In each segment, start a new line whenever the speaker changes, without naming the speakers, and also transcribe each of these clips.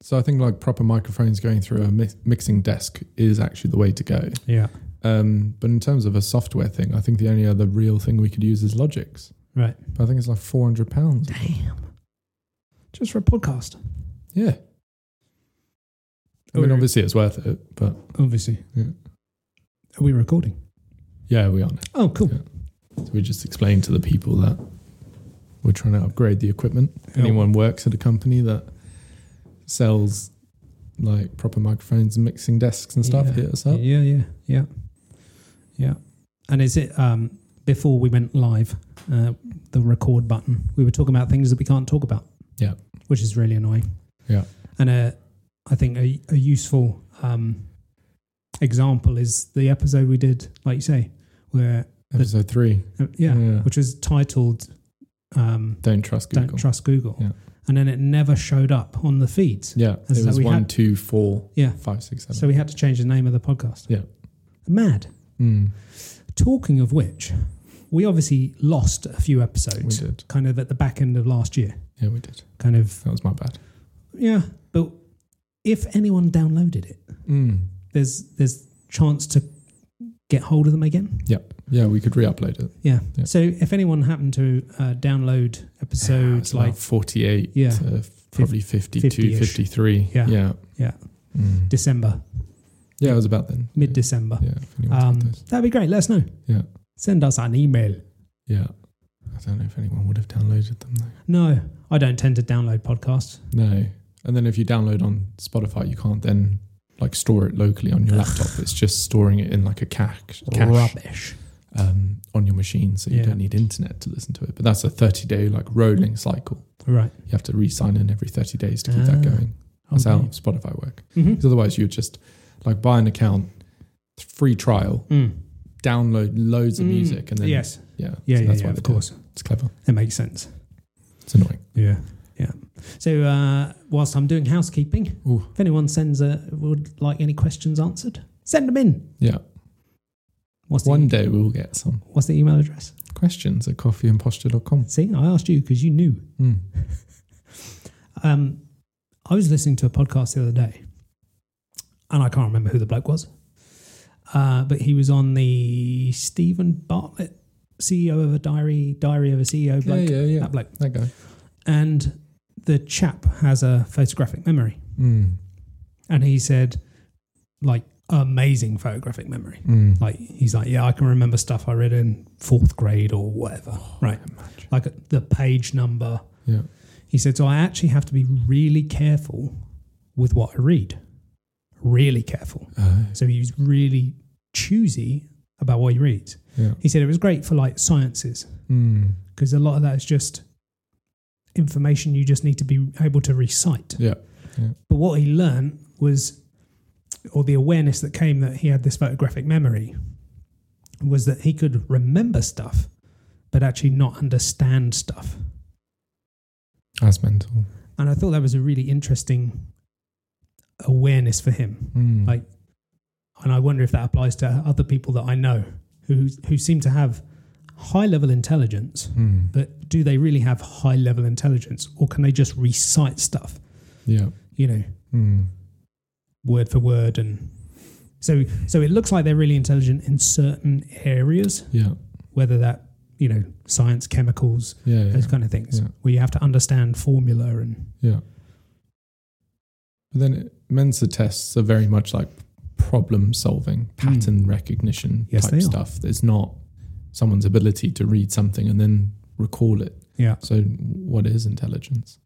So I think like proper microphones going through a mi- mixing desk is actually the way to go.
Yeah.
Um, but in terms of a software thing, I think the only other real thing we could use is Logix.
Right.
But I think it's like four hundred pounds.
Damn. Just for a podcast.
Yeah. I mean,
Or-
obviously it's worth it, but
Obviously.
Yeah.
Are we recording?
yeah, we aren't.
Oh, cool.
So we just explained to the people that we're trying to upgrade the equipment. If anyone works at a company that sells like proper microphones and mixing desks and stuff,
Yeah.
hit us up.
Yeah, yeah, yeah, yeah. And is it um, before we went live, uh, the record button? We were talking about things that we can't talk about.
Yeah.
which is really annoying.
Yeah.
and uh, I think a, a useful um, example is the episode we did, like you say, where
Episode three.
uh, yeah,
Mm.
which was titled um,
Don't trust Google.
"Don't Trust Google,"
Yeah.
and then it never showed up on the feeds.
Yeah,
As
it
that
was
we
one,
had-
two, four,
Yeah.
five, six, seven.
So we had to change the name of the podcast.
Yeah.
mad.
Mm,
Talking of which, we obviously lost a few
we
episodes,
did.
kind of at the back end of last year.
Yeah, we did.
Kind of,
That was my bad.
yeah. But if anyone downloaded it,
Mm.
there's there's chance to get hold of them again.
Yeah, we could re-upload it.
Yeah.
Yeah.
So if anyone happened to uh, download episodes
It's like
like
forty-eight.
Yeah.
to probably 52,
50-ish.
53.
Yeah.
yeah,
Yeah.
Mm.
December,
yeah. It was about then.
mid December,
Yeah, if anyone's got
um,
those.
that'd be great. Let us know.
Yeah.
Send us an email.
Yeah, I don't know if anyone would have downloaded them though.
No, I don't tend to download podcasts.
No, and then if you download on Spotify, you can't then like store it locally on your
Ugh.
laptop. It's just storing it in like a cache, cache
Rubbish.
um, on your machine, so you
Yeah.
don't need internet to listen to it. But that's a thirty-day like rolling cycle.
Right.
You have to re-sign in every thirty days to keep that
Ah,
going. That's how Spotify work.
Mhm.
Because otherwise, you would just like buy an account, free trial,
Mm.
download loads of
Mm.
music, and then
yes,
yeah,
yeah,
so
yeah, yeah
they
of
do it.
course,
it's clever.
it makes sense.
It's annoying.
Yeah, yeah. So uh, whilst I'm doing housekeeping,
Ooh.
if anyone sends a would like any questions answered, send them in.
Yeah,
What's the, e-
one day we will get some
what's the email address?
questions at coffeeandposture.com.
See, I asked you because you knew.
Mm.
Um, I was listening to a podcast the other day, and I can't remember who the bloke was, uh, but he was on the Stephen Bartlett, CEO of a diary, diary of a CEO
Yeah,
bloke.
yeah, yeah.
That bloke.
That guy.
And the chap has a photographic memory.
Mm.
And he said, like, amazing photographic memory.
Mm.
Like, he's like, yeah, I can remember stuff I read in fourth grade or whatever, right?
Imagine.
Like the page number.
Yeah.
He said, so I actually have to be really careful with what I read. Really careful.
Uh,
So he was really choosy about what he reads.
yeah.
He said it was great for like sciences
Mm.
because a lot of that is just information you just need to be able to recite.
Yeah.
But what he learned was, or the awareness that came that he had this photographic memory, was that he could remember stuff, but actually not understand stuff.
That's mental.
And I thought that was a really interesting awareness for him.
Mm.
Like- And I wonder if that applies to other people that I know who, who seem to have high level intelligence,
Mm.
but do they really have high level intelligence or can they just recite stuff,
yeah.
you know,
Mm.
word for word and so so it looks like they're really intelligent in certain areas
Yeah.
whether that you know science chemicals
Yeah. Yeah.
those kind of things
Yeah.
where you have to understand formula and
yeah. But then it, Mensa tests are very much like problem solving, pattern recognition
Hmm. Yes,
type
they are.
stuff. There's not someone's ability to read something and then recall it.
yeah
So, what is intelligence?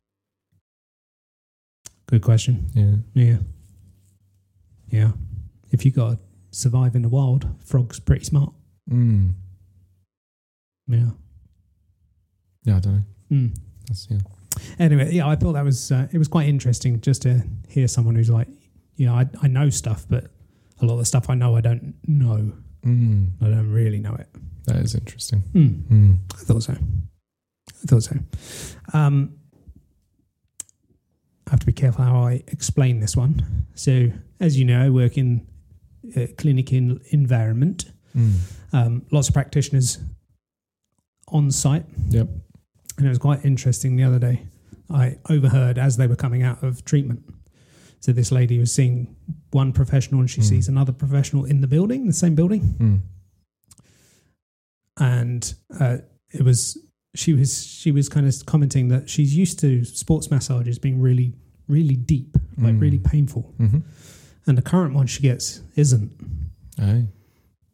good question
Yeah.
yeah yeah if you gotta survive in the wild frog's pretty smart
Mm.
yeah
Yeah. I don't know.
mm.
That's yeah.
anyway yeah i thought that was uh, it was quite interesting just to hear someone who's like you know I, I know stuff but a lot of the stuff i know i don't know
Mm.
i don't really know it
That is interesting.
mm.
Mm.
I thought so. I thought so. Um, I have to be careful how I explain this one. So, as you know, I work in a clinic in environment.
Mm.
Um, lots of practitioners on site.
Yep.
And it was quite interesting the other day. I overheard as they were coming out of treatment So this lady was seeing one professional and she
Mm.
sees another professional in the building, the same building.
Mm.
And uh, it was she was she was kind of commenting that she's used to sports massages being really really deep, like
Mm.
really painful,
Mm-hmm.
and the current one she gets isn't.
Hey.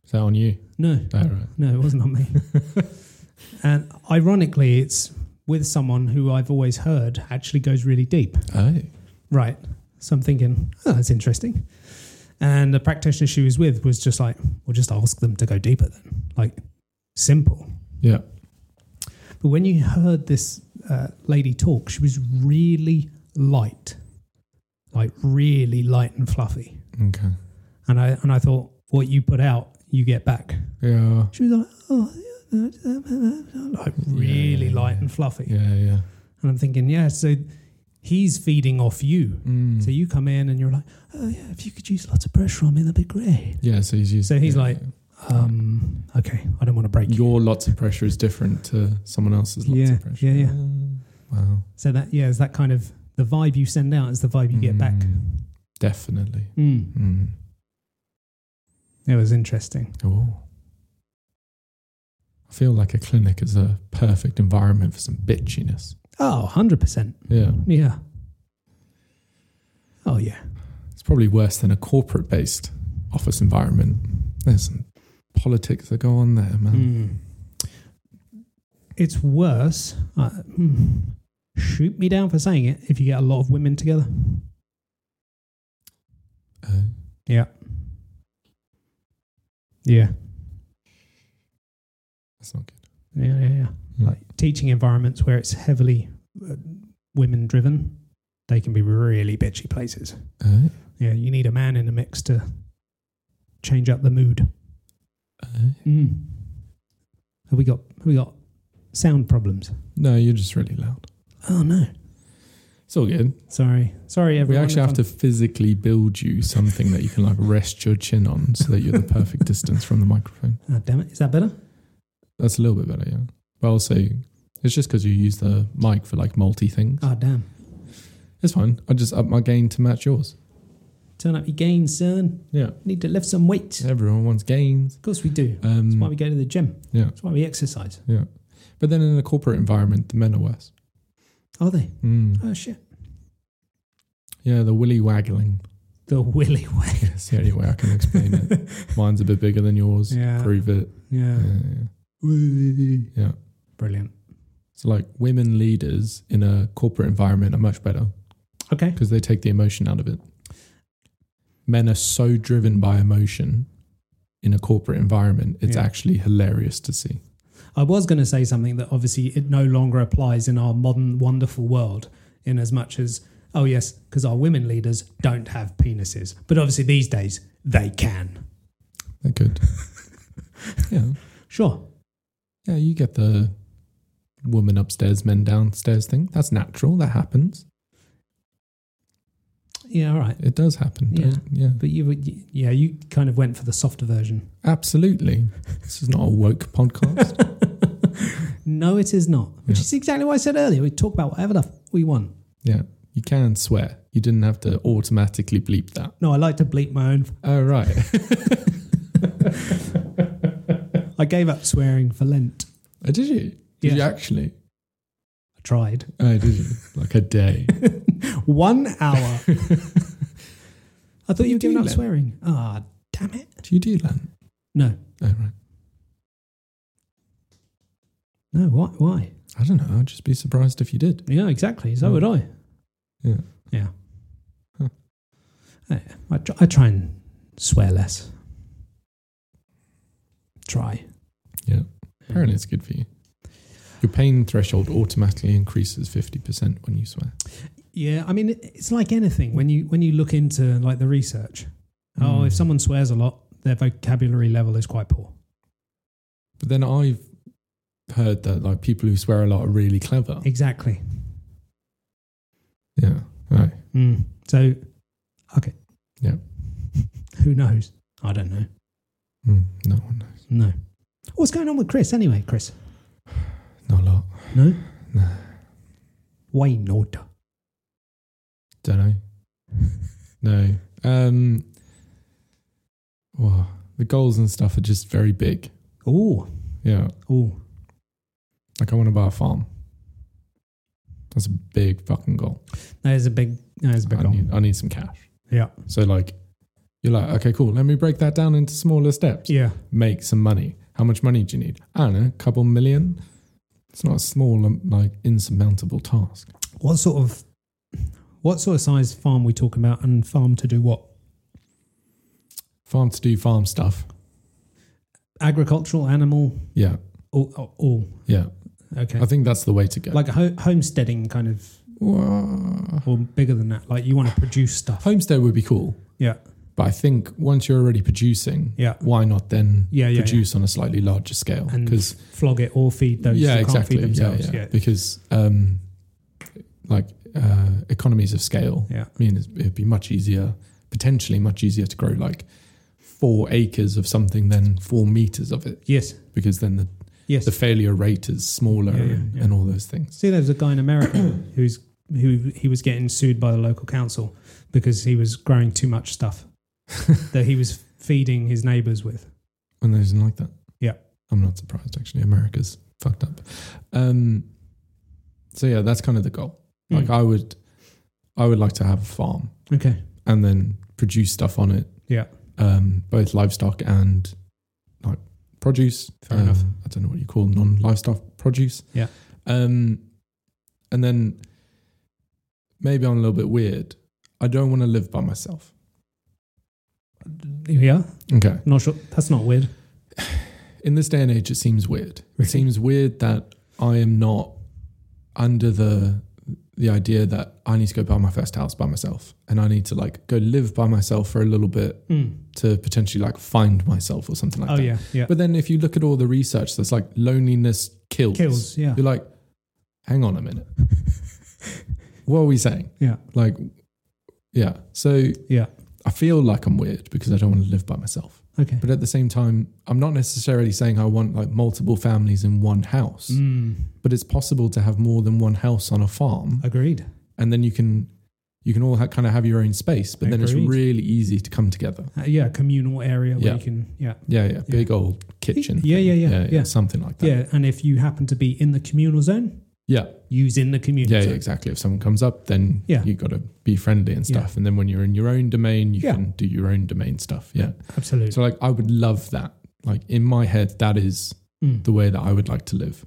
Is that on you?
No,
Oh, right.
no, it wasn't on me. and ironically, it's with someone who I've always heard actually goes really deep.
Oh.
Right. So I'm thinking, oh, that's interesting. And the practitioner she was with was just like, well, just ask them to go deeper then. Like, simple.
Yeah.
But when you heard this uh, lady talk, she was really light, like really light and fluffy.
Okay.
And I, and I thought, what you put out, you get back.
Yeah.
She was like, oh, yeah," like really
Yeah, yeah,
light
yeah.
and fluffy.
Yeah. Yeah.
And I'm thinking, yeah, so he's feeding off you.
Mm.
So you come in and you're like, oh yeah, if you could use lots of pressure on me, that'd be great.
yeah. So he's used.
So he's
yeah.
like, Um, okay, I don't want to break you.
your lots of pressure is different to someone else's lots
Yeah,
of pressure.
yeah, yeah.
Ah, Wow.
So that yeah, is that kind of the vibe you send out is the vibe you get back.
Mm. Definitely.
Mm.
Mm.
It was interesting.
Oh. I feel like a clinic is a perfect environment for some bitchiness.
Oh, 100 percent.
Yeah.
Yeah. Oh yeah.
It's probably worse than a corporate based office environment. There's some politics that go on there, man.
Mm. It's worse. Uh, mm. shoot me down for saying it. If you get a lot of women together,
Uh,
yeah,
that's not good.
yeah, yeah, yeah.
Mm.
like teaching environments where it's heavily uh, women driven, they can be really bitchy places.
Uh,
Yeah, you need a man in the mix to change up the mood.
uh.
Mm. Have we got have we got sound problems?
No, you're just really loud.
Oh no,
It's all good.
sorry, sorry everyone.
we actually
if
have to physically build you something that you can like rest your chin on so that you're the perfect distance from the microphone.
I'm- Oh, damn it, is that better?
That's a little bit better, yeah. But also, it's just because you use the mic for like multi things.
Oh damn,
It's fine. I just up my gain to match yours.
turn up your gain, son.
Yeah.
Need to lift some weight.
Everyone wants gains.
Of course we do.
Um,
That's why we go to the gym.
Yeah.
That's why we exercise.
But then in a corporate environment, the men are worse.
Are they?
Mm.
Oh shit.
Yeah, the willy waggling.
The willy way.
That's the only way I can explain it. Mine's a bit bigger than yours.
Yeah.
Prove it.
Yeah.
Yeah, yeah. Yeah.
Brilliant.
So, like, women leaders in a corporate environment are much better
Okay.
because they take the emotion out of it. Men are so driven by emotion in a corporate environment, it's
Yeah.
actually hilarious to see.
I was going to say something that obviously it no longer applies in our modern wonderful world, in as much as, oh, yes, because our women leaders don't have penises. But obviously these days they can.
They're good. yeah.
Sure.
Yeah, you get the woman upstairs, men downstairs thing. That's natural. That happens.
Yeah, all right.
It does happen. Yeah. yeah.
But you, would- yeah, you kind of went for the softer version.
Absolutely. This is not a woke podcast.
No, it is not. Which
Yeah.
is exactly what I said earlier. We talk about whatever the f- we want.
yeah. You can swear. You didn't have to automatically bleep that.
No, I like to bleep my own.
Oh, right.
I gave up swearing for Lent.
Oh, did you? Did
Yeah.
you actually?
I tried.
Oh, did you? Like a day.
One hour. I thought you were
do
giving up
Lent?
swearing. Ah, damn it.
Do you do Lent?
No.
Oh, right.
No, why? Why?
I don't know. I'd just be surprised if you did.
Yeah, exactly. So would I.
Yeah.
Yeah.
Huh.
I, I, tr- I try and swear less. Try.
Yeah. Apparently, it's good for you. Your pain threshold automatically increases 50% when you swear.
Yeah, I mean, it- it's like anything when you when you look into like the research. Oh,
Mm.
if someone swears a lot, their vocabulary level is quite poor.
But then I've heard that like people who swear a lot are really clever.
Exactly.
Yeah. Right.
Mm. So, okay.
Yeah.
Who knows? I don't know.
Mm, no one knows.
No. What's going on with Chris anyway, Chris?
Not a lot.
No.
No.
Why not?
Don't know. No. Um, wow. The goals and stuff are just very big.
Oh,
Yeah.
oh,
Like I want to buy a farm. That's a big fucking goal.
that is a big, that is a big
I
goal.
need, I need some cash.
Yeah,
So like, you're like, okay, cool. Let me break that down into smaller steps.
yeah,
Make some money. How much money do you need? I don't know, a couple million. It's not a small, um, like insurmountable task.
What sort of what sort of size farm we talking about, and farm to do what?
Farm to do farm stuff.
Agricultural, animal,
Yeah,
all, all- all.
yeah.
okay,
I think that's the way to go.
like ho- homesteading kind of,
Whoa.
or bigger than that. Like you want to produce stuff.
homestead would be cool,
Yeah,
but I think once you're already producing,
yeah,
why not then
yeah, yeah. yeah.
produce on a slightly larger scale?
and
Because
flog it or feed those.
yeah,
who can't
exactly.
Feed themselves.
Yeah, yeah.
yeah.
Because um, like uh, economies of scale.
Yeah.
I mean, it's- it'd be much easier, potentially much easier to grow like four acres of something than four meters of it,
Yes.
because then the,
Yes.
the failure rate is smaller
Yeah, yeah,
and,
yeah.
and all those things.
See, there was a guy in America who's who he was getting sued by the local council because he was growing too much stuff that he was feeding his neighbors with.
And they didn't like that.
Yeah.
I'm not surprised actually. America's fucked up. Um, so yeah, that's kind of the goal. Like
Mm.
I would, I would like to have a farm
Okay.
and then produce stuff on it.
Yeah.
Um, both livestock and like produce. Um,
Fair enough.
I don't know what you call non-livestock produce.
Yeah.
Um, and then maybe I'm a little bit weird. I don't want to live by myself.
Yeah.
Okay.
Not sure. That's not weird.
in this day and age, it seems weird.
Really?
It seems weird that I am not under the the idea that I need to go buy my first house by myself, and I need to like go live by myself for a little bit
Mm.
to potentially like find myself or something like
Oh
that.
yeah. Yeah.
But then if you look at all the research that's like loneliness kills,
Kills. Yeah.
you're like, hang on a minute, what are we saying?
Yeah.
Like, yeah. So
Yeah.
I feel like I'm weird because I don't want to live by myself.
Okay.
But at the same time, I'm not necessarily saying I want like multiple families in one house,
Mm.
but it's possible to have more than one house on a farm,
Agreed.
and then you can you can all ha- kind of have your own space. But then it's
Agreed.
really easy to come together.
Uh, yeah. Communal area where
Yeah.
you can. Yeah.
Yeah, yeah, big old kitchen.
Yeah,
thing.
yeah, yeah, yeah.
something like that.
Yeah. And if you happen to be in the communal zone,
yeah,
use in the communal
yeah, yeah,
zone.
exactly. If someone comes up, then
Yeah.
you got to be friendly and
Yeah.
stuff. And then when you're in your own domain, you
Yeah.
can do your own domain stuff. Yeah.
Absolutely.
So like, I would love that. Like in my head, that is
Mm.
the way that I would like to live.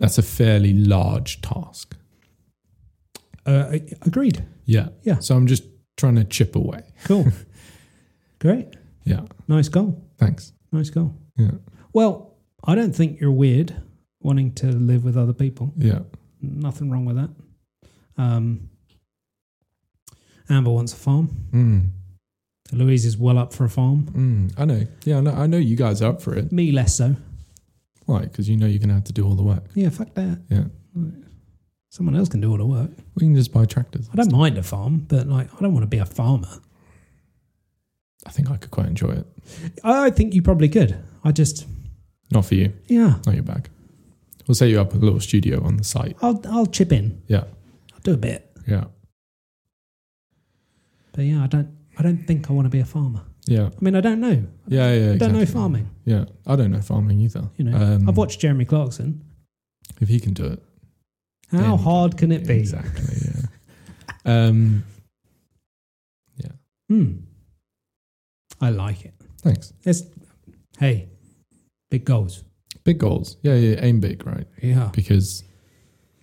That's a fairly large task.
Uh, agreed.
Yeah.
Yeah.
So I'm just trying to chip away.
Cool. Great.
Yeah.
Nice goal.
Thanks.
Nice goal.
Yeah.
Well, I don't think you're weird wanting to live with other people.
Yeah.
Nothing wrong with that. Um, Amber wants a farm.
Mm.
Louise is well up for a farm.
Mm. I know. Yeah. I know, I know you guys are up for it.
Me less so.
Why? Because you know you're going to have to do all the work.
Yeah, fuck that.
Yeah.
Someone else can do all the work.
We can just buy tractors.
I don't mind a farm, but like I don't want to be a farmer.
I think I could quite enjoy it.
I think you probably could. I just
Not for you.
yeah.
Not your bag. We'll set you up a little studio on the site.
I'll I'll chip in.
Yeah.
I'll do a bit.
Yeah.
But yeah, I don't I don't think I want to be a farmer.
Yeah.
I mean I don't know.
Yeah. Yeah.
I don't know
exactly.
farming.
Yeah. I don't know farming either.
You know.
Um,
I've watched Jeremy Clarkson.
If he can do it.
How
Then-
hard can it be?
Exactly. Yeah. um,
Hmm. I like it.
thanks.
It's hey, big goals.
Big goals. Yeah, yeah. Aim big, right?
Yeah.
Because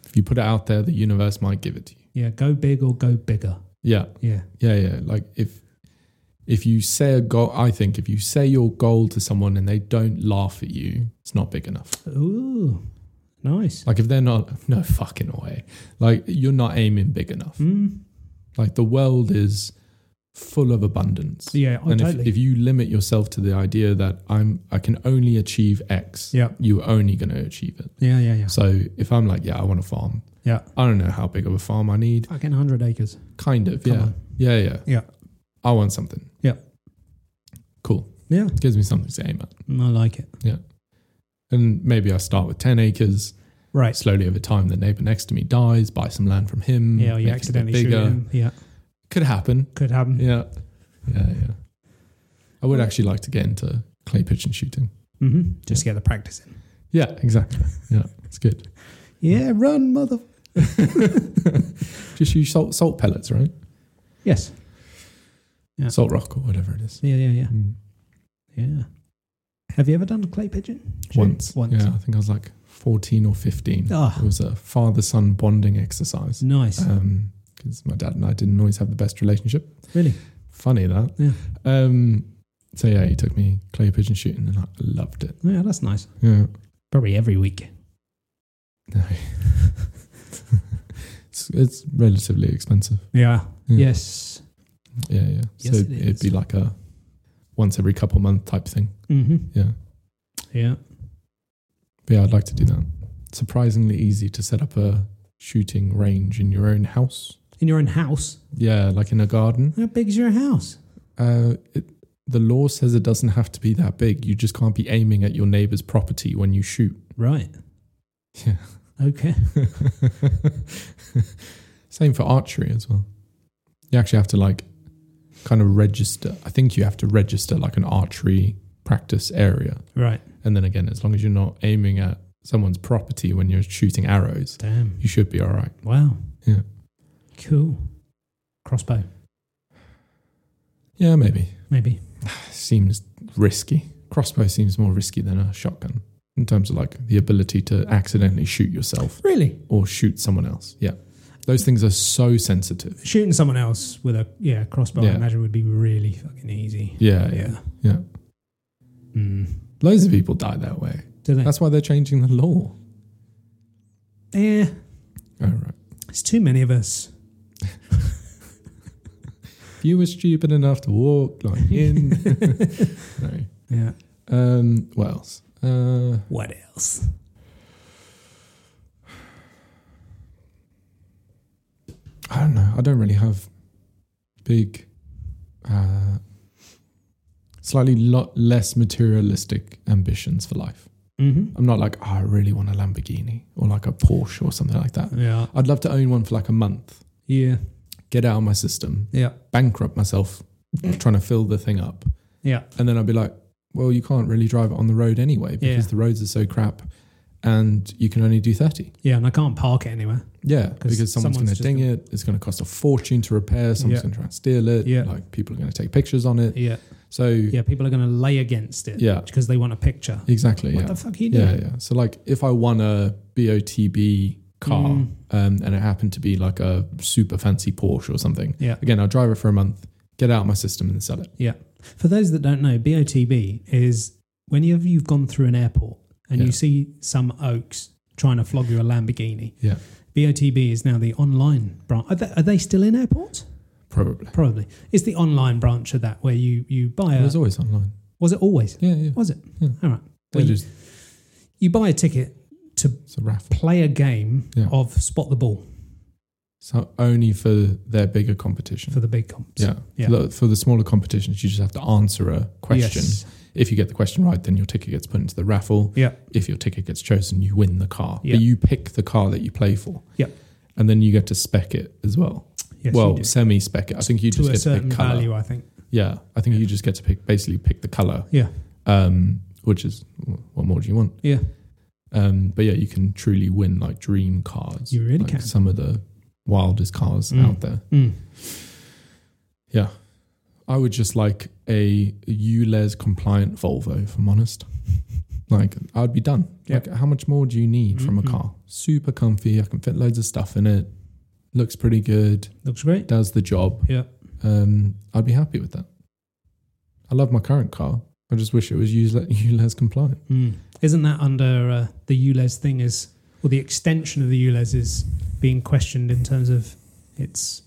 if you put it out there, the universe might give it to you.
Yeah, go big or go bigger.
Yeah,
Yeah.
yeah, yeah. Like if if you say a goal, I think if you say your goal to someone and they don't laugh at you, it's not big enough.
Ooh. Nice.
Like if they're not, no fucking way. Like you're not aiming big enough.
Hmm.
Like the world is full of abundance.
Yeah, oh,
and
totally.
if, if you limit yourself to the idea that I'm, I can only achieve X,
yeah.
you're only going to achieve it.
Yeah, yeah, yeah.
So if I'm like, yeah, I want a farm.
Yeah.
I don't know how big of a farm I need.
Fucking 100 acres.
Kind of,
Come
yeah.
on.
Yeah, yeah.
Yeah.
I want something.
Yeah.
Cool.
Yeah.
Gives me something to aim at.
I like it.
And maybe I start with 10 acres.
Right.
Slowly over time, the neighbor next to me dies, buy some land from him.
Yeah,
Mm, make it a
you
bit
accidentally shoot him. Yeah.
Could happen.
Could happen.
Yeah. Yeah, yeah. I would actually like to get into clay pigeon shooting.
hmm Just get the practice in.
Yeah, exactly. Yeah, it's good.
Yeah, run, mother.
Just use salt, salt pellets, right?
Yes. Yeah.
Salt rock or whatever it is.
Yeah, yeah, yeah,
Mm.
yeah. Have you ever done a clay pigeon? shoot?
Once.
Once.
Yeah, I think I was like 14 or 15.
Ah.
It was a father son bonding exercise.
Nice.
Because my dad and I didn't always have the best relationship.
really?
Funny that.
Yeah.
Um, so yeah, he took me clay pigeon shooting and I loved it.
Yeah, that's nice.
Yeah.
Probably every week.
No. it's, it's relatively expensive.
Yeah.
Yeah.
Yes.
Yeah, yeah.
Yes,
so
it
would be
is.
like a once every couple month type thing.
hmm
Yeah.
Yeah.
But yeah, I'd like to do that. Surprisingly easy to set up a shooting range in your own house.
In your own house.
Yeah, like in a garden.
How big's your house?
Uh, it, the law says it doesn't have to be that big. You just can't be aiming at your neighbor's property when you shoot.
Right.
Yeah.
Okay.
Same for archery as well. You actually have to like kind of register. I think you have to register like an archery practice area.
Right.
And then again, as long as you're not aiming at someone's property when you're shooting arrows,
Damn.
you should be all right.
Wow.
Yeah.
Cool. Crossbow,
Yeah, maybe.
maybe.
Seems risky. Crossbow seems more risky than a shotgun in terms of like the ability to accidentally shoot yourself
Really?
or shoot someone else. Yeah. Those things are so sensitive.
Shooting someone else with a yeah crossbow, I
Yeah.
imagine, would be really fucking easy.
Yeah. Yeah. Yeah.
Mm.
Loads of people die that way.
Do they?
That's why they're changing the law.
yeah.
All right.
It's too many of us.
If you were stupid enough to walk like in. no.
Yeah.
Um, what else? Uh,
What else?
I don't know. I don't really have big, uh, slightly lot less materialistic ambitions for life.
Mm-hmm.
I'm not like, oh, I really want a Lamborghini or like a Porsche or something like that.
Yeah.
I'd love to own one for like a month,
Yeah.
get out of my system,
Yeah.
bankrupt myself trying to fill the thing up.
Mm. Yeah.
And then I'd be like, well, you can't really drive it on the road anyway because
Yeah.
the roads are so crap and you can only do 30.
Yeah. And I can't park it anywhere.
Yeah,
'Cause
because someone's,
someone's
going
just
to ding
gonna-
it. It's going to cost a fortune to repair. Someone's
Yeah.
going to try and steal it.
Yeah.
Like people are going to take pictures on it.
Yeah.
So,
Yeah. People are going to lay against it.
Yeah.
Because they want a picture.
exactly.
What
yeah.
the fuck are you doing?
yeah, yeah. So, like, if I won a BOTB car
Mm.
um, and it happened to be like a super fancy Porsche or something,
Yeah.
again, I'll drive it for a month, get it out of my system and then sell it.
For those that don't know, BOTB is whenever you've gone through an airport and you
Yeah.
see some oaks trying to flog you a Lamborghini.
Yeah.
BOTB is now the online branch. Are they, are they still in airports?
Probably.
Probably. It's the online branch of that where you, you buy
It
a.
was always online.
was it always?
Yeah, yeah.
Was it?
Yeah.
All right.
They
Well, you,
just-
you buy a ticket to
it's a raffle.
play a game
Yeah.
of spot the ball
So only for their bigger competition.
for the big comps.
yeah.
yeah.
For, the, for the smaller competitions, you just have to answer a question.
Yes.
If you get the question right, then your ticket gets put into the raffle.
Yeah.
If your ticket gets chosen, you win the car.
Yeah.
But you pick the car that you play for.
Yeah.
And then you get to spec it as well.
Yes, you
well,
do.
semi spec it. I think you
to
just
a
get to
certain
pick color.
value, I think.
Yeah. I think you just get to pick basically pick the color.
Yeah.
Um, which is what more do you want?
Yeah.
Um, but yeah, you can truly win like dream cars.
You really
like
can.
Some of the wildest cars
Mm.
out there.
Mm.
I would just like a ULEZ compliant Volvo, if I'm honest. Like, I'd be done.
Yeah.
Like, how much more do you need from a
Mhm.
car? Super comfy. I can fit loads of stuff in it. Looks pretty good.
Looks great.
Does the job.
Yeah.
Um, I'd be happy with that. I love my current car. I just wish it was ULEZ, ULEZ compliant.
Mm. Isn't that under uh, the ULEZ thing is, or the extension of the ULEZ is being questioned in terms of its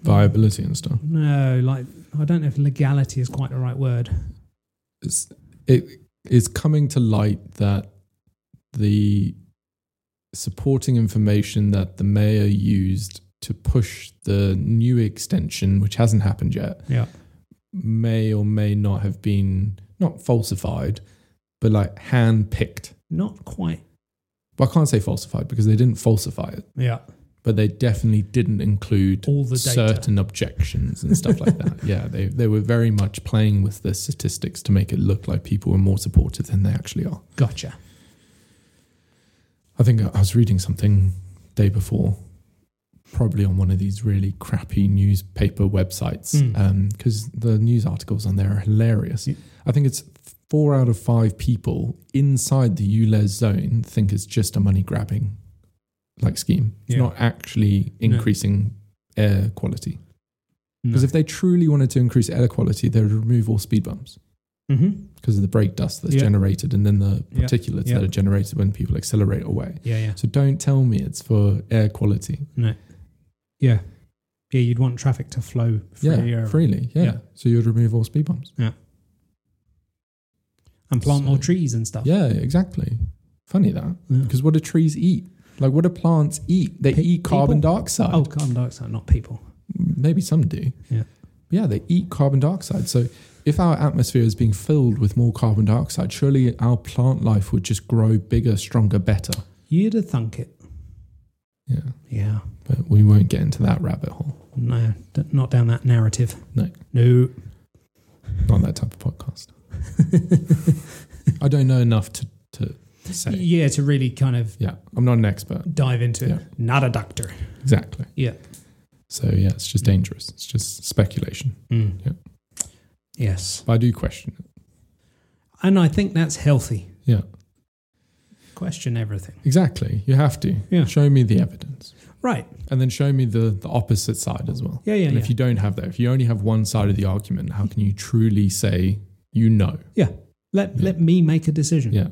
Mm-hmm.
Viability and stuff.
No, like I don't know if legality is quite the right word.
it's, it is coming to light that the supporting information that the mayor used to push the new extension, which hasn't happened yet,
Yeah.
may or may not have been not falsified, but like hand picked.
Not quite.
But I can't say falsified because they didn't falsify it.
Yeah.
but they definitely didn't include
All the data.
certain objections and stuff like that. Yeah, they, they were very much playing with the statistics to make it look like people were more supportive than they actually are.
Gotcha.
I think I was reading something day before, probably on one of these really crappy newspaper websites,
Mm.
because the news articles on there are hilarious.
Yeah.
I think it's four out of five people inside the ULEZ zone think it's just a money grabbing like scheme. It's
Yeah.
not actually
No.
increasing air quality.
No.
Because if they truly wanted to increase air quality, they would remove all speed bumps
Mhm.
because of the brake dust that's
Yeah.
generated and then the
Yeah.
particulates
Yeah.
that are generated when people accelerate away.
Yeah, yeah.
So don't tell me it's for air quality.
Yeah. Yeah, you'd want traffic to flow freer
yeah, freely. Yeah.
Yeah.
So you'd remove all speed bumps.
and plant
So-
more trees and stuff.
Yeah, exactly. Funny that.
Yeah.
Because what do trees eat? Like, what do plants eat? They
Pe-
eat carbon
people?
dioxide.
Oh, carbon dioxide, not people.
Maybe some do.
Yeah.
Yeah, they eat carbon dioxide. So if our atmosphere is being filled with more carbon dioxide, surely our plant life would just grow bigger, stronger, better.
You'd have thunk it.
Yeah.
Yeah.
But we won't get into that rabbit hole.
No, d- not down that narrative.
No.
No.
Not that type of podcast. I don't know enough to, to say.
Yeah, to really kind of
Yeah, I'm not an expert.
dive into
Yeah.
not a doctor.
Exactly.
Yeah.
So yeah, it's just dangerous. It's just speculation. Yeah.
Mm. Yes.
But I do question it.
And I think that's healthy.
Yeah.
Question everything.
Exactly. You have to.
Yeah.
Show me the evidence.
Right.
And then show me the, the opposite side as well.
Yeah, yeah,
and
yeah.
if you don't have that, if you only have one side of the argument, how can you truly say you know?
let
Yeah.
let me make a decision.
Yeah.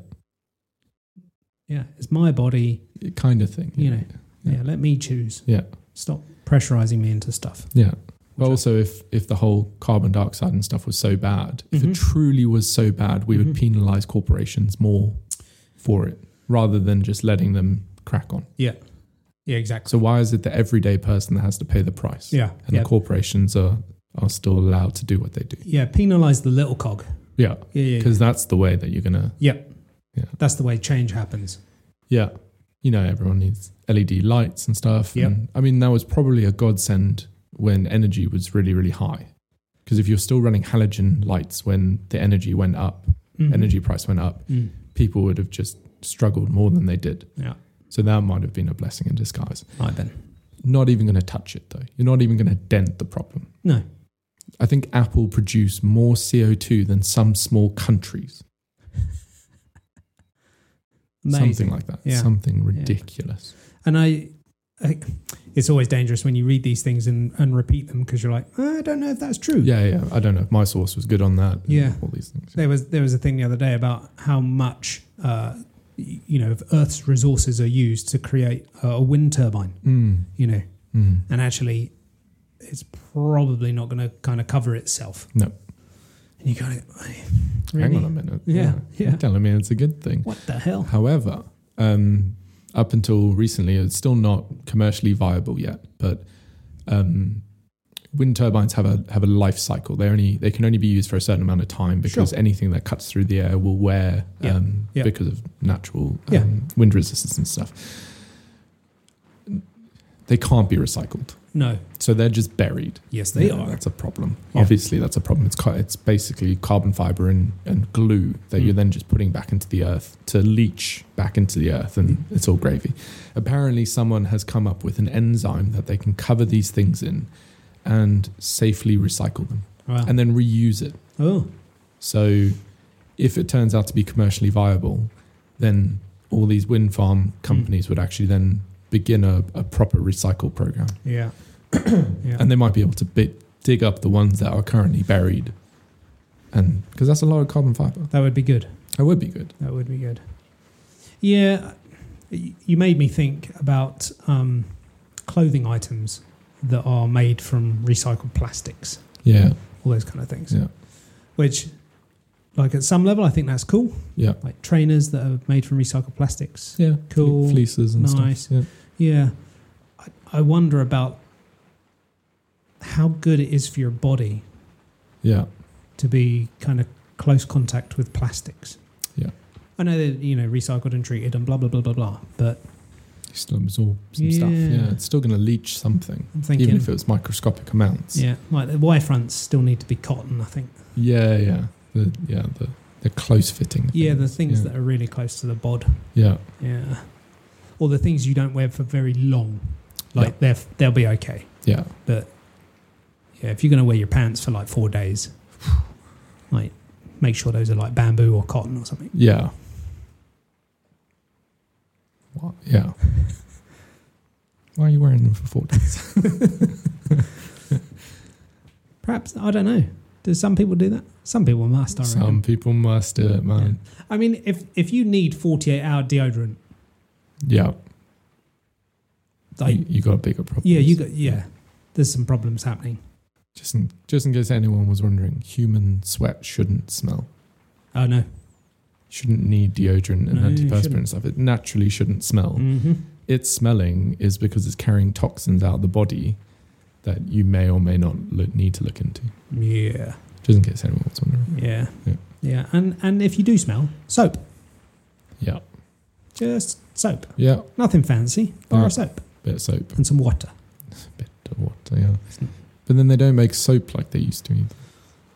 Yeah. It's my body.
It kind of thing.
You know. Yeah.
Yeah.
let me choose.
Yeah.
Stop pressurizing me into stuff.
Yeah. But
Which I-
also if if the whole carbon dioxide and stuff was so bad, if
Mhm.
it truly was so bad, we would
Mhm.
penalize corporations more for it rather than just letting them crack on.
Yeah, exactly.
So why is it the everyday person that has to pay the price?
Yeah.
And
Yeah.
the corporations are are still allowed to do what they do.
yeah, penalize the little cog.
Yeah.
Yeah, yeah. yeah.
Because that's the way that you're gonna
That's the way change happens.
Yeah. You know, everyone needs LED lights and stuff.
Yep.
And I mean that was probably a godsend when energy was really, really high. Because if you're still running halogen lights when the energy went up,
Mhm.
energy price went up,
Mm.
people would have just struggled more than they did.
Yeah.
So that might have been a blessing in disguise.
Right then.
Not even going to touch it though. You're not even going to dent the problem.
No.
I think Apple produce more CO2 than some small countries.
Amazing.
Something like that.
Yeah.
Something ridiculous.
And I, I, it's always dangerous when you read these things and, and repeat them because you're like, I don't know if that's true.
Yeah. yeah, I don't know if my source was good on that. and
Yeah.
All these things.
There was there was a thing the other day about how much, uh, y- you know, of Earth's resources are used to create a a wind turbine.
Mm,
You know,
mm.
and actually, it's probably not going to kind of cover itself.
No.
And you got it.
Hang on a minute.
Yeah, yeah.
You're telling me it's a good thing.
What the hell?
However, um, up until recently, it's still not commercially viable yet. But um, wind turbines have a have a life cycle. They only they can only be used for a certain amount of time because anything that cuts through the air will wear
Yeah.
Um,
Yeah.
because of natural um,
Yeah.
wind resistance and stuff. They can't be recycled,
No.
so they're just buried.
Yes, they
Yeah,
are.
That's a problem.
Yeah.
Obviously, that's a problem. It's ca- it's basically carbon fiber and, and glue that
Mm.
you're then just putting back into the earth to leach back into the earth, and
Hmm.
it's all gravy. Apparently, someone has come up with an enzyme that they can cover these things in and safely recycle them
Wow.
and then reuse it.
oh,
So, if it turns out to be commercially viable, then all these wind
Hmm.
farm companies would actually then begin a, a proper recycle program
yeah. yeah.
and they might be able to bit, dig up the ones that are currently buried, and because that's a lot of carbon fiber.
that would be good.
That would be good.
That would be good. Yeah, y- you made me think about um, clothing items that are made from recycled plastics,
Yeah,
all those kind of things.
Yeah.
Which, like, at some level, I think that's cool.
Yeah.
Like trainers that are made from recycled plastics.
yeah,
Cool.
fleeces and
Nice.
stuff.
Yeah. I, I wonder about how good it is for your body
Yeah, yeah,
to be kind of close contact with plastics.
Yeah.
I know that, you know, recycled and treated and blah, blah, blah, blah, blah. But
You still absorb some stuff.
Yeah.
Yeah, it's still going to leach something,
I'm thinking.
even if it's microscopic amounts.
yeah, like the wirefronts still need to be cotton, I think.
yeah, yeah. The, yeah, the, the close fitting.
Yeah, the things
yeah.
that are really close to the bod.
Yeah,
Yeah. Or the things you don't wear for very long. Like they're, they'll be okay.
yeah.
Yeah, if you're going to wear your pants for like four days, like make sure those are like bamboo or cotton or something.
Yeah. What? Yeah. Why are you wearing them for four days?
Perhaps, I don't know. Do some people do that? Some people must, I reckon.
Some people must do it, man.
I mean, if, if you need 48 hour deodorant,
Yeah.
like,
you, you got a bigger problem.
yeah, you got, yeah, there's some problems happening.
Just in, just in case anyone was wondering, human sweat shouldn't smell.
Oh, no.
Shouldn't need deodorant and
No, it
antiperspirant
shouldn't.
and stuff. It naturally shouldn't smell.
Mm-hmm.
Its smelling is because it's carrying toxins out of the body that you may or may not look, need to look into.
Yeah.
Just in case anyone was wondering.
Yeah.
Yeah.
Yeah. And, and if you do smell, soap.
Yeah.
Just soap.
Yeah.
Nothing fancy. Bar
Yeah.
of soap
Bit of soap.
and some water.
bit of water, yeah. But then they don't make soap like they used to either.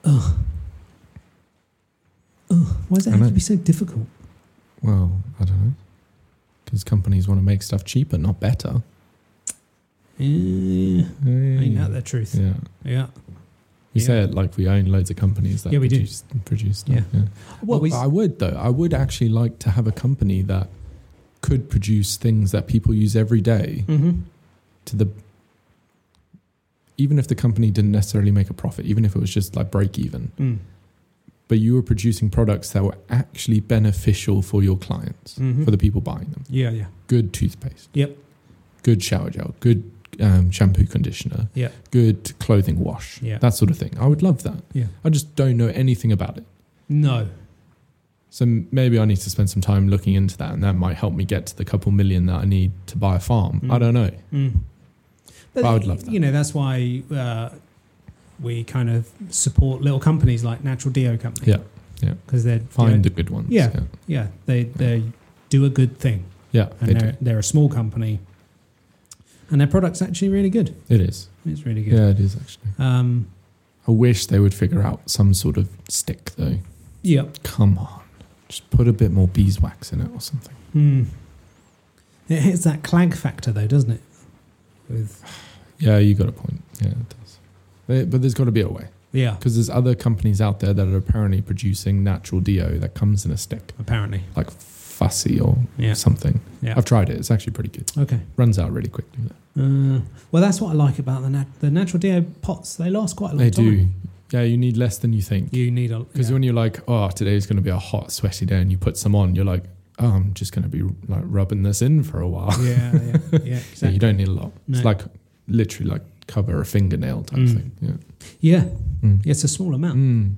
Ugh. Ugh. Why does that
I
have
know.
to be so difficult?
Well, I don't know. Because companies want to make stuff cheaper, not better.
Yeah. Ain't
Yeah.
that the truth?
yeah.
Yeah.
We
Yeah.
say it like we own loads of companies that
Yeah, we do.
produce, produce stuff.
Yeah.
Yeah.
Well, we,
I would, though. I would actually like to have a company that could produce things that people use every day
Mhm.
to the. Even if the company didn't necessarily make a profit, even if it was just like break even,
Mm.
but you were producing products that were actually beneficial for your clients,
Mhm.
for the people buying them.
Yeah, yeah.
good toothpaste.
Yep.
Good shower gel. Good um, shampoo conditioner.
Yeah.
Good clothing wash.
Yeah.
That sort of thing. I would love that.
Yeah.
I just don't know anything about it.
No.
So m- maybe I need to spend some time looking into that, and that might help me get to the couple million that I need to buy a farm.
Mm.
I don't know.
Mm. But
I would love that.
You know, that's why uh, we kind of support little companies like Natural Deo Company.
Yeah, yeah.
Because they're
Find the
they're-
good ones.
Yeah.
yeah,
yeah, they they do a good thing,
Yeah,
and
they
they're
do.
they're a small company, and their product's actually really good.
It is.
It's really good.
Yeah, it is actually.
Um,
I wish they would figure out some sort of stick though.
yeah.
Come on, just put a bit more beeswax in it or something.
Hmm. It hits that clag factor though, doesn't it? With
Yeah, you got a point. Yeah, it does. They- But there's got to be a way.
yeah,
Because there's other companies out there that are apparently producing natural DO that comes in a stick,
apparently.
like Fussy or
Yeah.
something.
Yeah.
I've tried it. It's actually pretty good.
Okay.
Runs out really quickly. though.
Uh, well, that's what I like about the nat- the natural deo pots. They last quite a long
They
time.
do. Yeah, you need less than you think.
You need a
Because when you're like, oh, today's going to be a hot, sweaty day, and you put some on, you're like, oh, I'm just going to be like rubbing this in for a while.
yeah, yeah, yeah,
So you
yeah, exactly.
don't need a lot.
No.
It's like literally like cover a fingernail type
Mm.
thing. Yeah.
yeah.
Mm.
yeah, it's a small amount.
Mm.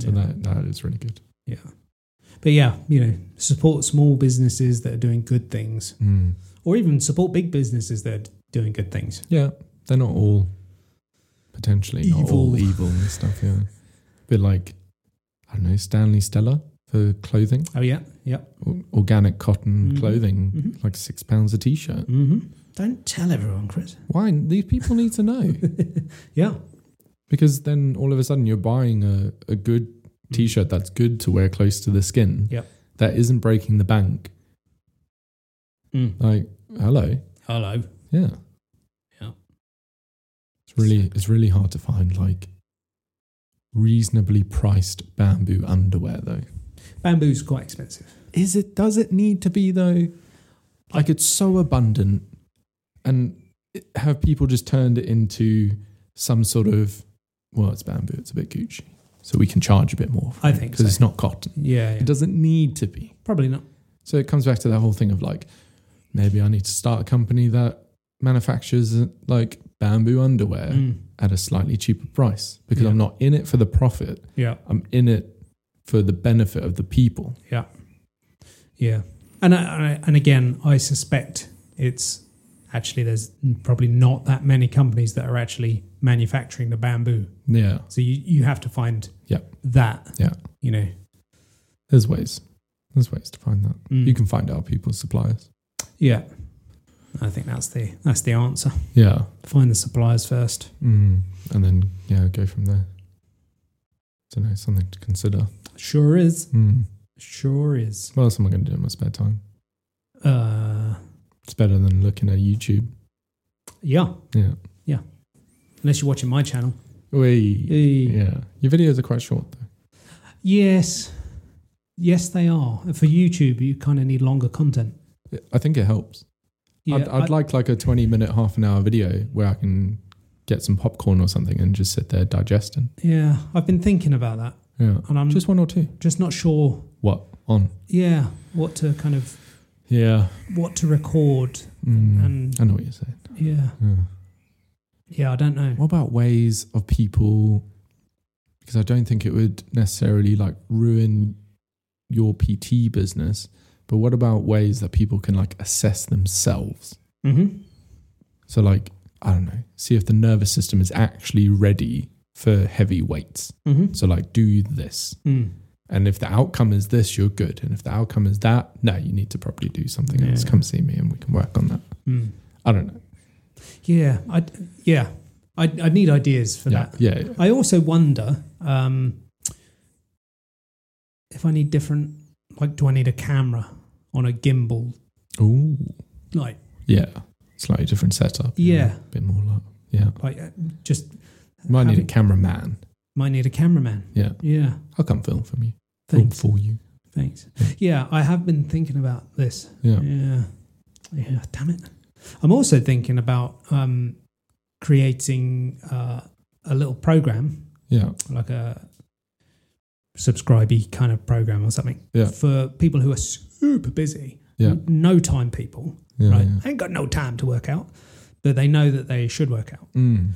So
yeah.
that, that is really good.
yeah, but yeah, you know, support small businesses that are doing good things,
Mm.
or even support big businesses that are doing good things.
Yeah, they're not all potentially not
Evil.
all evil and stuff. Yeah, but like I don't know, Stanley Stella for clothing,
Oh yeah, yeah.
or- organic cotton
Mhm.
clothing,
Mhm.
like six pounds a t-shirt.
hmm Don't tell everyone, Chris.
Why these people need to know?
yeah,
because then all of a sudden you're buying a, a good t-shirt that's good to wear close to the skin.
Mm. Yep.
that isn't breaking the bank.
Mm.
Like hello,
Hello.
yeah,
Yeah.
It's really it's really hard to find like reasonably priced bamboo underwear though.
Bamboo's quite expensive.
Is it? Does it need to be though? Like it's so abundant, and it- have people just turned it into some sort of well, it's bamboo, it's a bit Gucci, so we can charge a bit more
I think
because
so.
it's not cotton.
Yeah, yeah.
It doesn't need to be.
probably not.
So it comes back to that whole thing of like, maybe I need to start a company that manufactures uh, like bamboo underwear
Mm.
at a slightly cheaper price because
Yeah.
I'm not in it for the profit.
Yeah,
I'm in it for the benefit of the people.
yeah. And I, and I, and again, I suspect it's actually there's probably not that many companies that are actually manufacturing the bamboo.
Yeah,
So you you have to find
Yeah.
that.
Yeah.
You know.
there's ways. There's ways to find that.
Mm.
You can find out people's suppliers.
Yeah. I think that's the that's the answer.
Yeah.
Find the suppliers first.
Mm. And then, yeah, go from there. I don't know, something to consider.
Sure is.
Mm.
Sure is.
What else am I going to do in my spare time?
Uh
It's better than looking at YouTube.
yeah.
Yeah.
Unless you're watching my channel.
We.
Eh,
Yeah. Your videos are quite short, though.
Yes. Yes, they are. For YouTube, you kind of need longer content.
I think it helps. I'd, I'd
I-
like like a 20 minute, half an hour video where I can get some popcorn or something and just sit there digesting.
yeah, I've been thinking about that,
Yeah.
and I'm just,
Just one or two.
not sure.
What? On.
Yeah, what to kind of
Yeah.
what to record,
Mm.
and
I know what you're saying.
yeah,
Yeah.
yeah, I don't know.
What about ways of people? Because I don't think it would necessarily like ruin your PT business, but what about ways that people can like assess themselves?
Mm-hmm.
So, like, I don't know, see if the nervous system is actually ready for heavy weights.
Mm-hmm.
So, like, do this.
Mm.
And if the outcome is this, you're good. And if the outcome is that, no, you need to probably do something else.
Yeah.
Come see me and we can work on that.
Mm.
I don't know.
Yeah, I yeah, I I need ideas for
Yeah.
that.
Yeah.
I also wonder um, if I need different. Like, do I need a camera on a gimbal?
Ooh.
Like,
Yeah. Slightly different setup.
Yeah.
A bit more like, yeah.
like uh, just
Might need a
having-
cameraman.
might need a cameraman.
Yeah.
Yeah,
I'll come film from you. Film
thanks,
for you.
thanks. Yeah, I have been thinking about this.
Yeah.
Yeah, yeah. Damn it, I'm also thinking about um, creating uh, a little program,
Yeah.
like a subscribey kind of program or something,
Yeah.
for people who are super busy.
Yeah.
no time people.
Yeah.
right,
yeah.
ain't got no time to work out, but they know that they should work out.
Mm.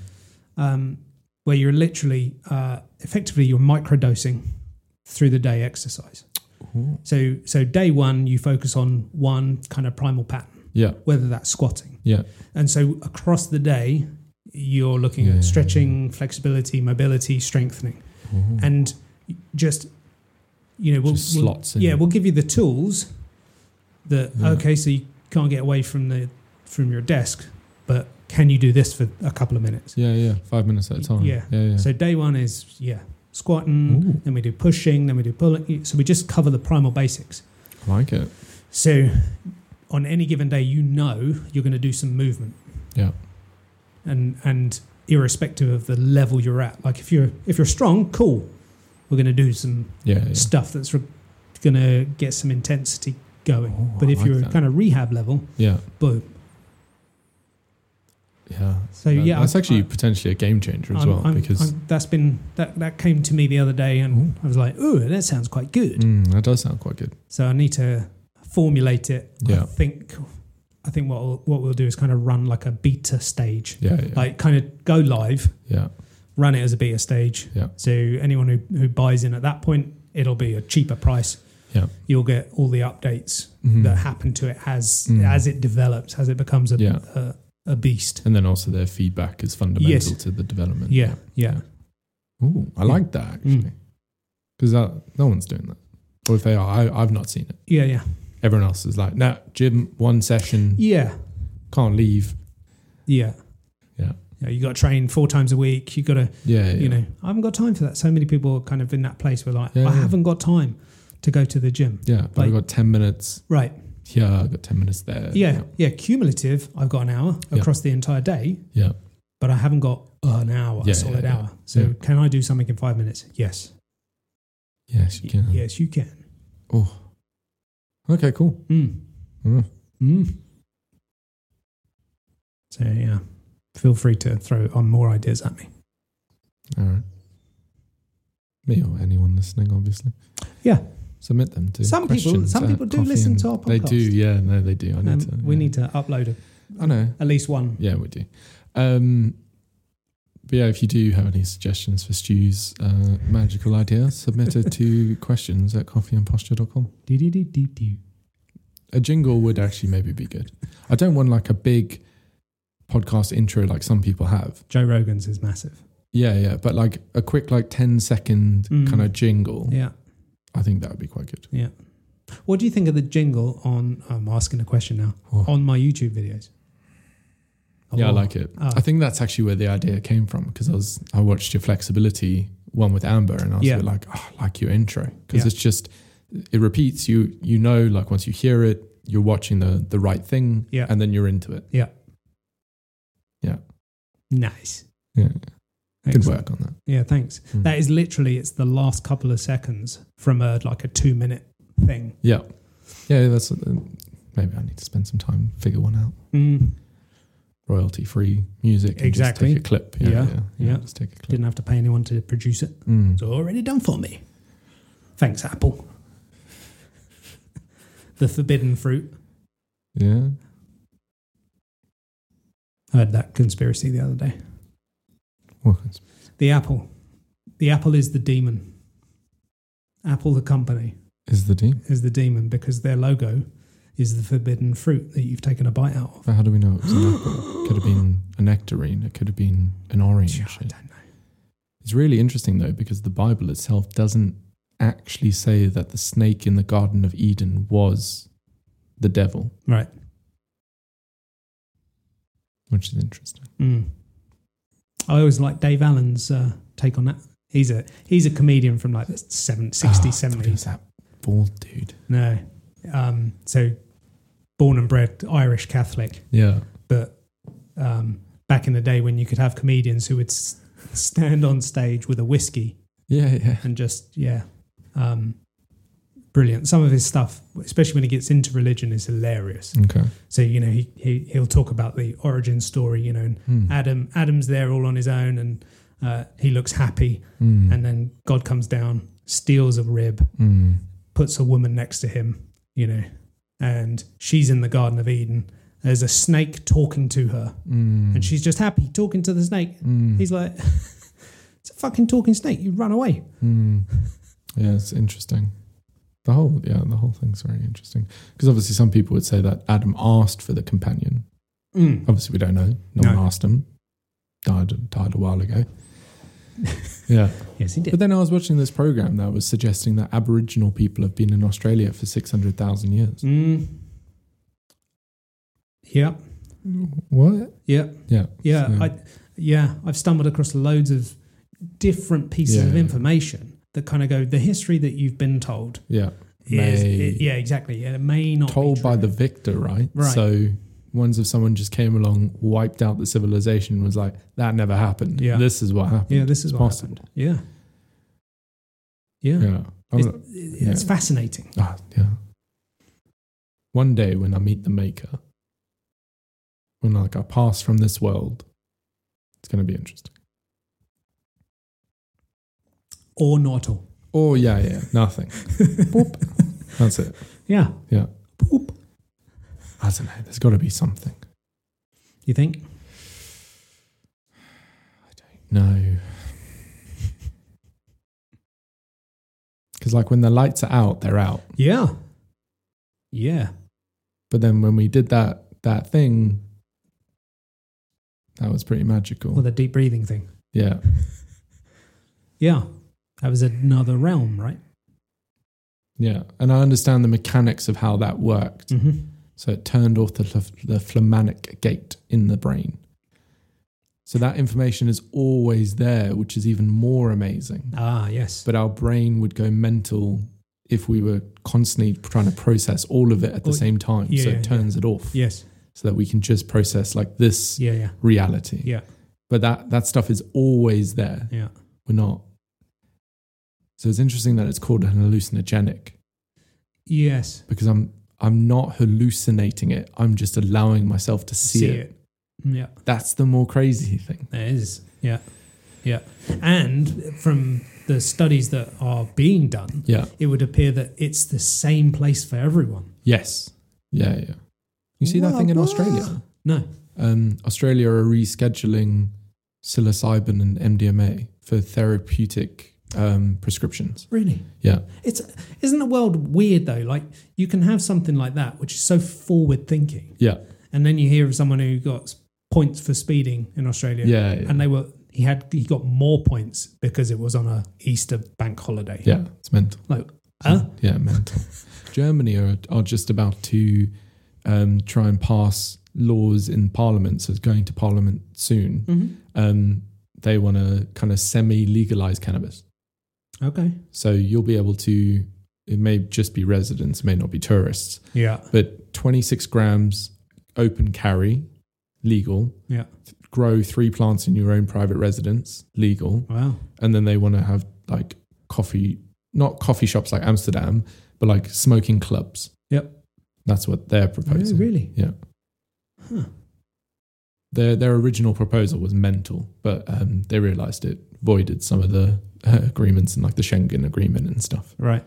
um, where you're literally uh, effectively you're microdosing through the day exercise.
Ooh.
So so day one you focus on one kind of primal pattern,
Yeah.
whether that's squatting.
Yeah.
And so across the day you're looking
Yeah.
at stretching, flexibility, mobility, strengthening,
Ooh.
and just you know we'll,
Just
we'll-
slots in.
yeah we'll give you the tools that
Yeah.
okay so you can't get away from the from your desk, but can you do this for a couple of minutes?
yeah. Yeah. Five minutes at a time.
Yeah.
Yeah. Yeah.
So day one is yeah squatting,
Ooh,
then we do pushing, then we do pulling. So we just cover the primal basics.
I like it.
So on any given day, you know you're going to do some movement.
Yeah.
And and irrespective of the level you're at, like if you're if you're strong, cool, we're going to do some
Yeah. yeah.
stuff that's re- going to get some intensity going.
Oh,
but
I
if
like
you're
that.
kind of rehab level,
Yeah.
boom.
Yeah.
So
That-
yeah,
That's
I-
actually
I-
potentially a game changer as
I'm-
well
I'm-
because
I'm- that's been that that came to me the other day, and I was like, "Ooh, that sounds quite good."
Mm, that does sound quite good.
So I need to formulate it. I
Yeah.
think I think what we'll, what we'll do is kind of run like a beta stage,
Yeah. Yeah.
like kind of go live,
yeah.
run it as a beta stage.
Yeah.
So anyone who, who buys in at that point, it'll be a cheaper price.
Yeah.
You'll get all the updates
Mhm.
that happen to it as
Mm.
as it develops, as it becomes a
Yeah.
a, a beast.
And then also their feedback is fundamental
Yes.
to the development.
Yeah, yeah.
Ooh, I
Yeah.
like that actually. Because Mm. that no one's doing that. Or if they are, I, I've not seen it.
Yeah, yeah.
Everyone else is like, nah, gym, one session,
Yeah.
can't leave.
Yeah.
Yeah.
Yeah, you got to train four times a week. You got to
Yeah, yeah.
you know i haven't got time for that so many people are kind of in that place where like
Yeah,
i
yeah.
haven't got time to go to the gym
yeah. But I've
like-
got ten minutes
right
here, I've got ten minutes there.
yeah yeah cumulative i've got an hour
Yeah.
across the entire day
Yeah.
but i haven't got an hour
Yeah,
a solid
yeah, yeah.
hour so
Yeah.
can i do something in five minutes yes
Yes, you
Y-
can.
yes you can
Okay, cool.
mm.
Mm.
Mm. so yeah feel free to throw on more ideas at me
All right. Me or anyone listening, obviously.
Yeah.
Submit them to
Some people-
questions
some
at
people do
coffee
listen
and-
to our
They do,
podcast.
yeah, no, they do. I need
Um,
to.
we
yeah.
need to upload a,
I know.
at least one
Yeah, we do. Um, but yeah, if you do have any suggestions for Stu's uh, magical ideas, submit it to questions at coffeeandposture.com.
Do-do-do-do-do.
A jingle would actually maybe be good. I don't want like a big podcast intro like some people have.
joe rogan's is massive
Yeah, yeah. But like a quick like 10 second
Mm.
kind of jingle,
yeah
I think that would be quite good.
Yeah. What do you think of the jingle on? I'm asking a question now
Oh.
on my YouTube videos.
Yeah, I
Oh.
like it.
Oh.
I think that's actually where the idea came from because I was I watched your flexibility one with Amber and I was a
Yeah.
bit like, oh, I like your intro because
Yeah.
it's just it repeats. You you know, like once you hear it, you're watching the the right thing,
Yeah.
and then you're into it.
Nice.
Yeah. Good work
Excellent.
on that.
Yeah, thanks.
Mm.
That is literally it's the last couple of seconds from a like a two minute thing.
Yeah, yeah, that's uh, maybe I need to spend some time figure one out.
Mm.
Royalty free music, and
Exactly.
Just take a clip.
Yeah.
yeah,
Yeah.
Just take a clip.
Didn't have to pay anyone to produce it.
Mm.
It's already done for me. Thanks, Apple. the forbidden fruit.
Yeah,
heard that conspiracy the other day.
well, it's-
The apple. The apple is the demon. Apple, the company,
is the deep?
is the demon because their logo is the forbidden fruit that you've taken a bite out of.
But how do we know it was an apple? Could have been a nectarine. It could have been an orange.
Gee, I don't know.
It's really interesting though because the Bible itself doesn't actually say that the snake in the Garden of Eden was the devil,
Right.
which is interesting.
Mm. I always like Dave Allen's uh, take on that. He's a he's a comedian from like the 70, 60s,
Ah, I thought he
70s.
was that bald dude.
No. Um, so born and bred Irish Catholic,
Yeah,
but um, back in the day when you could have comedians who would s- stand on stage with a whiskey
yeah, yeah.
and just yeah, um, brilliant. Some of his stuff, especially when he gets into religion, is hilarious.
Okay.
So you know he, he he'll talk about the origin story, you know, and
Hmm.
Adam Adam's there all on his own, and uh, he looks happy,
Hmm.
and then God comes down, steals a rib,
Hmm.
puts a woman next to him, you know, and she's in the Garden of Eden. There's a snake talking to her,
Hmm.
and she's just happy talking to the snake.
Hmm.
He's like, "It's a fucking talking snake. You run away."
Hmm. Yeah, it's interesting. The whole yeah, the whole thing's very interesting because obviously some people would say that Adam asked for the companion.
Mm.
Obviously, we don't know. No,
No.
one asked him. Died died a while ago. yeah.
Yes, he did.
But then I was watching this program that was suggesting that Aboriginal people have been in Australia for 600,000 years.
Mm. Yeah,
What?
yeah,
Yeah.
yeah,
So-
I, yeah. I've stumbled across loads of different pieces
Yeah,
of
yeah.
information that kind of go. The history that you've been told
Yeah.
is,
May-
it- yeah, exactly. and It may not be
Told by
true.
the victor, right?
Right.
So ones if someone just came along, wiped out the civilization, was like, that never happened.
Yeah.
This is what happened.
yeah. This is
It's
what
possible.
happened. Yeah, yeah.
Yeah. I'm
It's,
not-
it's fascinating.
ah, yeah. One day when I meet the maker, when like I pass from this world, it's going to be interesting.
Or not all.
Oh yeah, yeah, nothing. Boop. That's it.
Yeah.
Yeah.
Boop.
I don't know. There's got to be something.
You think?
No. Because like when the lights are out, they're out.
Yeah. Yeah.
But then when we did that that thing, that was pretty
Well,
magical.
the deep breathing thing.
Yeah.
Yeah. That was another realm, right?
Yeah. And I understand the mechanics of how that worked.
Mm-hmm.
So it turned off the, phlef- the phlegmatic gate in the brain. So that information is always there, which is even more amazing.
Ah, yes.
but our brain would go mental if we were constantly trying to process all of it at the
Oh,
same time.
yeah,
so
yeah,
it turns it off
yes.
so that we can just process like this
Yeah, yeah,
reality.
Yeah.
But that, that stuff is always there.
yeah.
We're not. So it's interesting that it's called an hallucinogenic
Yes.
because I'm I'm not hallucinating it. I'm just allowing myself to see, it.
Yeah,
That's the more crazy thing.
there is. Yeah, yeah. And from the studies that are being done,
Yeah.
it would appear that it's the same place for everyone.
Yes. Yeah. Yeah. You see that
Whoa,
thing in
whoa.
Australia?
No.
um, Australia are rescheduling psilocybin and MDMA for therapeutic um, prescriptions.
Really?
Yeah,
It's isn't the world weird though? Like you can have something like that, which is so forward thinking,
yeah,
and then you hear of someone who got s- points for speeding in Australia,
yeah, yeah.
and they were he had he got more points because it was on a Easter bank holiday.
yeah it's mental.
Like Huh?
Yeah, mental. Germany are, are just about to um, try and pass laws in parliament, so it's going to parliament soon.
Mm-hmm.
Um, they want to kind of semi legalize cannabis.
Okay.
So you'll be able to, it may just be residents, it may not be tourists,
Yeah.
but 26 grams open carry, legal.
Yeah.
Grow three plants in your own private residence, legal.
Wow.
And then they want to have like coffee, not coffee shops like Amsterdam, but like smoking clubs.
Yep.
That's what they're proposing.
really?
Yeah.
Huh.
Their, their original proposal was mental, but um, they realized it voided some of the uh, agreements and like the Schengen agreement and stuff.
Right.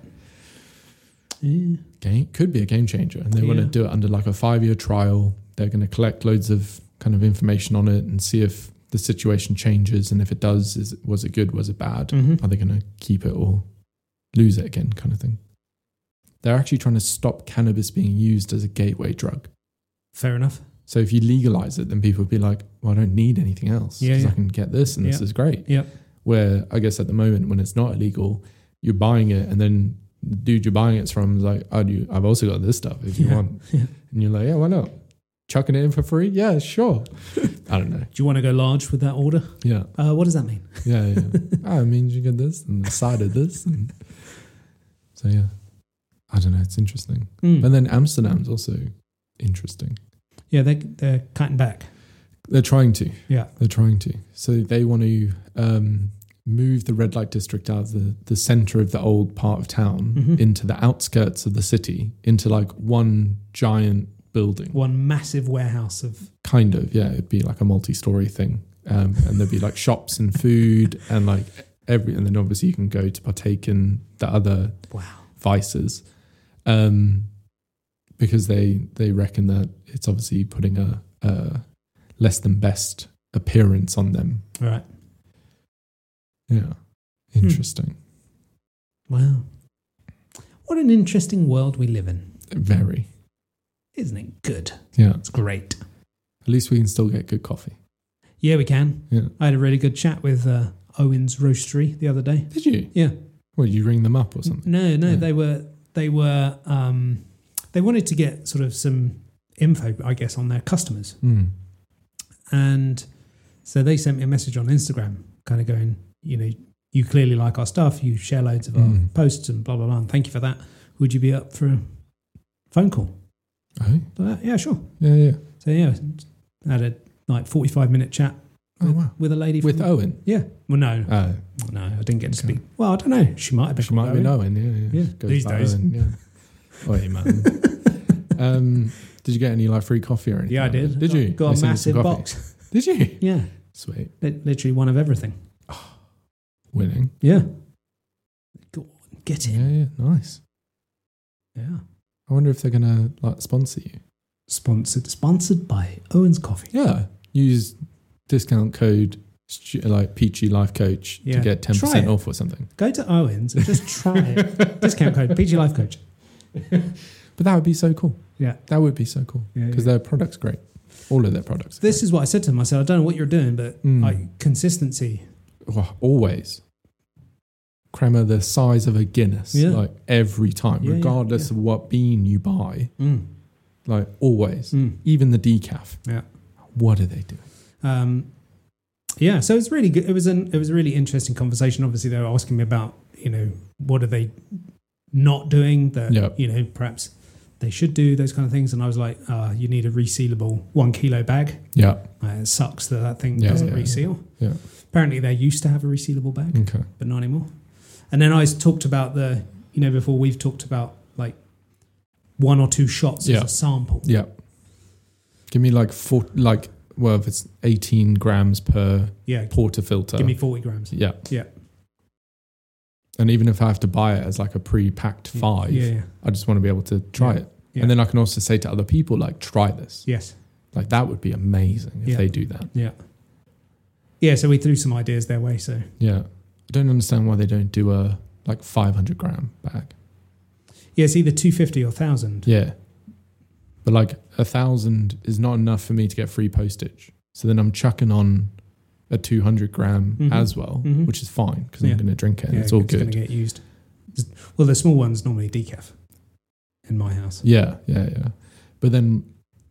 Yeah.
game could be a game changer and they want to
Yeah.
do it under like a five year trial they're going to collect loads of kind of information on it and see if the situation changes and if it does is was it good was it bad
Mm-hmm.
are they going to keep it or lose it again kind of thing they're actually trying to stop cannabis being used as a gateway drug
Fair enough.
so if you legalize it then people would be like well i don't need anything else
Yeah,
because i
yeah.
can get this and this
Yeah.
is great
Yeah.
where i guess at the moment when it's not illegal you're buying it and then the dude you're buying it from is like oh, do i've also got this stuff if you
Yeah.
want
Yeah.
and you're like yeah why not chucking it in for free yeah sure i don't know
Do you want to go large with that order? Hmm.
yeah
Uh, what does that mean?
yeah yeah i mean you get this and the side of this and so yeah i don't know it's interesting and then amsterdam's also interesting
Yeah, they, they're cutting back.
they're trying to
Yeah.
They're trying to. So they want to um, move the red light district out of the, the center of the old part of town
Mhm.
into the outskirts of the city, into like one giant building.
One massive warehouse of.
Kind of, yeah. It'd be like a multi story thing. Um, and there'd be like shops and food and like every, and then obviously you can go to partake in the other
Wow.
vices. Um, because they, they reckon that it's obviously putting a, a less than best appearance on them
All right.
yeah. Interesting.
Wow. What an interesting world we live in.
Very.
Isn't it good?
Yeah.
It's great.
At least we can still get good coffee.
Yeah, we can.
Yeah.
I had a really good chat with uh, Owen's Roastery the other day.
Did you?
Yeah.
Well, you ring them up or something.
No, no,
Yeah.
they were they were um, they wanted to get sort of some info, I guess, on their customers,
Mm.
and so they sent me a message on Instagram, kind of going, you know, you clearly like our stuff, you share loads of our
Mm.
posts and blah blah blah. And thank you for that. Would you be up for a phone call?
Oh,
Like that? yeah, sure.
yeah, yeah.
So yeah, I had a like forty five minute chat
Oh, wow.
with a lady
With
from,
Owen.
yeah. Well, no,
Oh,
no, I didn't get to
Okay.
speak. Well, I don't know. She might have been.
she might have been Owen. Yeah, yeah.
Yeah, these
by
days. Oh,
Owen, yeah. Oi, man. um, did you get any like free coffee or anything?
Yeah, I
like that?
did.
Did you? They
Got
sent
a
you some
massive
coffee?
box.
Did you?
Yeah.
Sweet.
Li- Literally one of everything.
Winning.
Yeah. Go on, get
Yeah,
in.
yeah. Nice.
Yeah.
I wonder if they're gonna like sponsor you.
Sponsored sponsored by Owen's Coffee.
Yeah. Use discount code stu- like Peachy Life Coach to
Yeah.
get ten
Try
percent
it.
off or something.
Go to Owen's and just try it. Discount code PG Life Coach.
But that would be so cool.
Yeah.
That would be so cool
Yeah,
because their product's great. All of their products. are
This is what I said to him. I said, I don't know what you're doing, but
Mm.
like consistency.
great. Oh, always. Crema the size of a Guinness,
Yeah.
like every time,
Yeah, yeah,
regardless
yeah.
of what bean you buy, like always,
Mm.
even the decaf.
Yeah.
What are they doing?
Um, yeah, so it's really good. It was an it was a really interesting conversation. Obviously, they were asking me about you know what are they not doing that
Yeah.
you know perhaps they should do those kind of things. And I was like, uh, you need a resealable one kilo bag.
Yeah.
Uh, it sucks that that thing
Yeah,
doesn't
yeah,
reseal.
yeah.
Apparently, they used to have a resealable bag,
Okay.
but not anymore. And then I was talked about the you know before we've talked about like one or two shots
Yeah.
as a sample.
Yeah. Give me like four, like, well, if it's 18 grams per
Yeah,
portafilter.
give me forty grams.
yeah.
Yeah.
And even if I have to buy it as like a pre packed five,
Yeah, yeah.
I just want to be able to try
Yeah.
it.
Yeah.
And then I can also say to other people, like, try this.
yes.
Like, that would be amazing if
Yeah.
they do that.
Yeah, so we threw some ideas their way. So
Yeah. I don't understand why they don't do a like 500 gram bag.
yeah, it's either two fifty or thousand.
Yeah. But like, a thousand is not enough for me to get free postage. So then I'm chucking on a 200 gram
Mhm.
as well,
Mhm.
which is fine because
Yeah.
I'm going to drink it. and
Mm-hmm. Yeah,
it's all
Going
good.
to get used. Well, the small one's normally decaf in my house.
Yeah, yeah, yeah. But then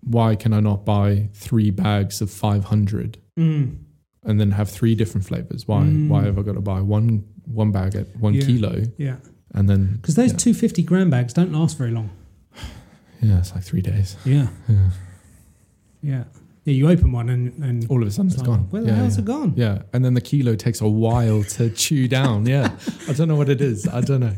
why can I not buy three bags of 500
Mm.
and then have three different flavors? Why
Mm.
why have I got to buy one one bag at 1
Yeah.
kilo
Yeah.
and then
Because those
Yeah.
250 gram bags don't last very long.
yeah, it's like 3 days.
Yeah.
Yeah.
Yeah. Yeah. You open one and. and
All of a sudden
it's
it's
like,
gone.
Where the
yeah,
hell's
yeah.
it gone?
Yeah, and then the kilo takes a while to chew down. Yeah, I don't know what it is. I don't know.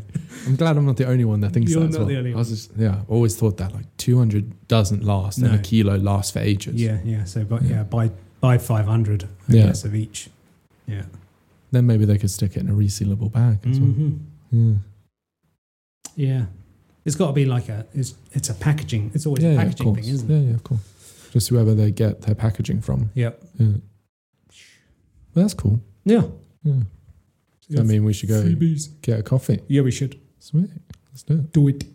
I'm glad I'm not the only one that thinks
You're
that. as
not
well.
the only
I was just, yeah, I always thought that like 200 doesn't last, and
No.
a kilo lasts for ages.
Yeah. Yeah. So, but
Yeah.
yeah, buy, buy 500, I
Yeah.
guess, of each. Yeah.
Then maybe they could stick it in a resealable bag as well.
Mhm.
Yeah.
Yeah. It's got to be like a it's it's a packaging. It's always a
yeah, of
packaging
course.
thing, isn't
yeah,
it?
yeah, of course. Just whoever they get their packaging from.
Yep.
Yeah. Well, that's cool.
Yeah.
Yeah. I mean, we should go
freebies.
get a coffee.
Yeah, we should
Sweet. Let's do it.
do it.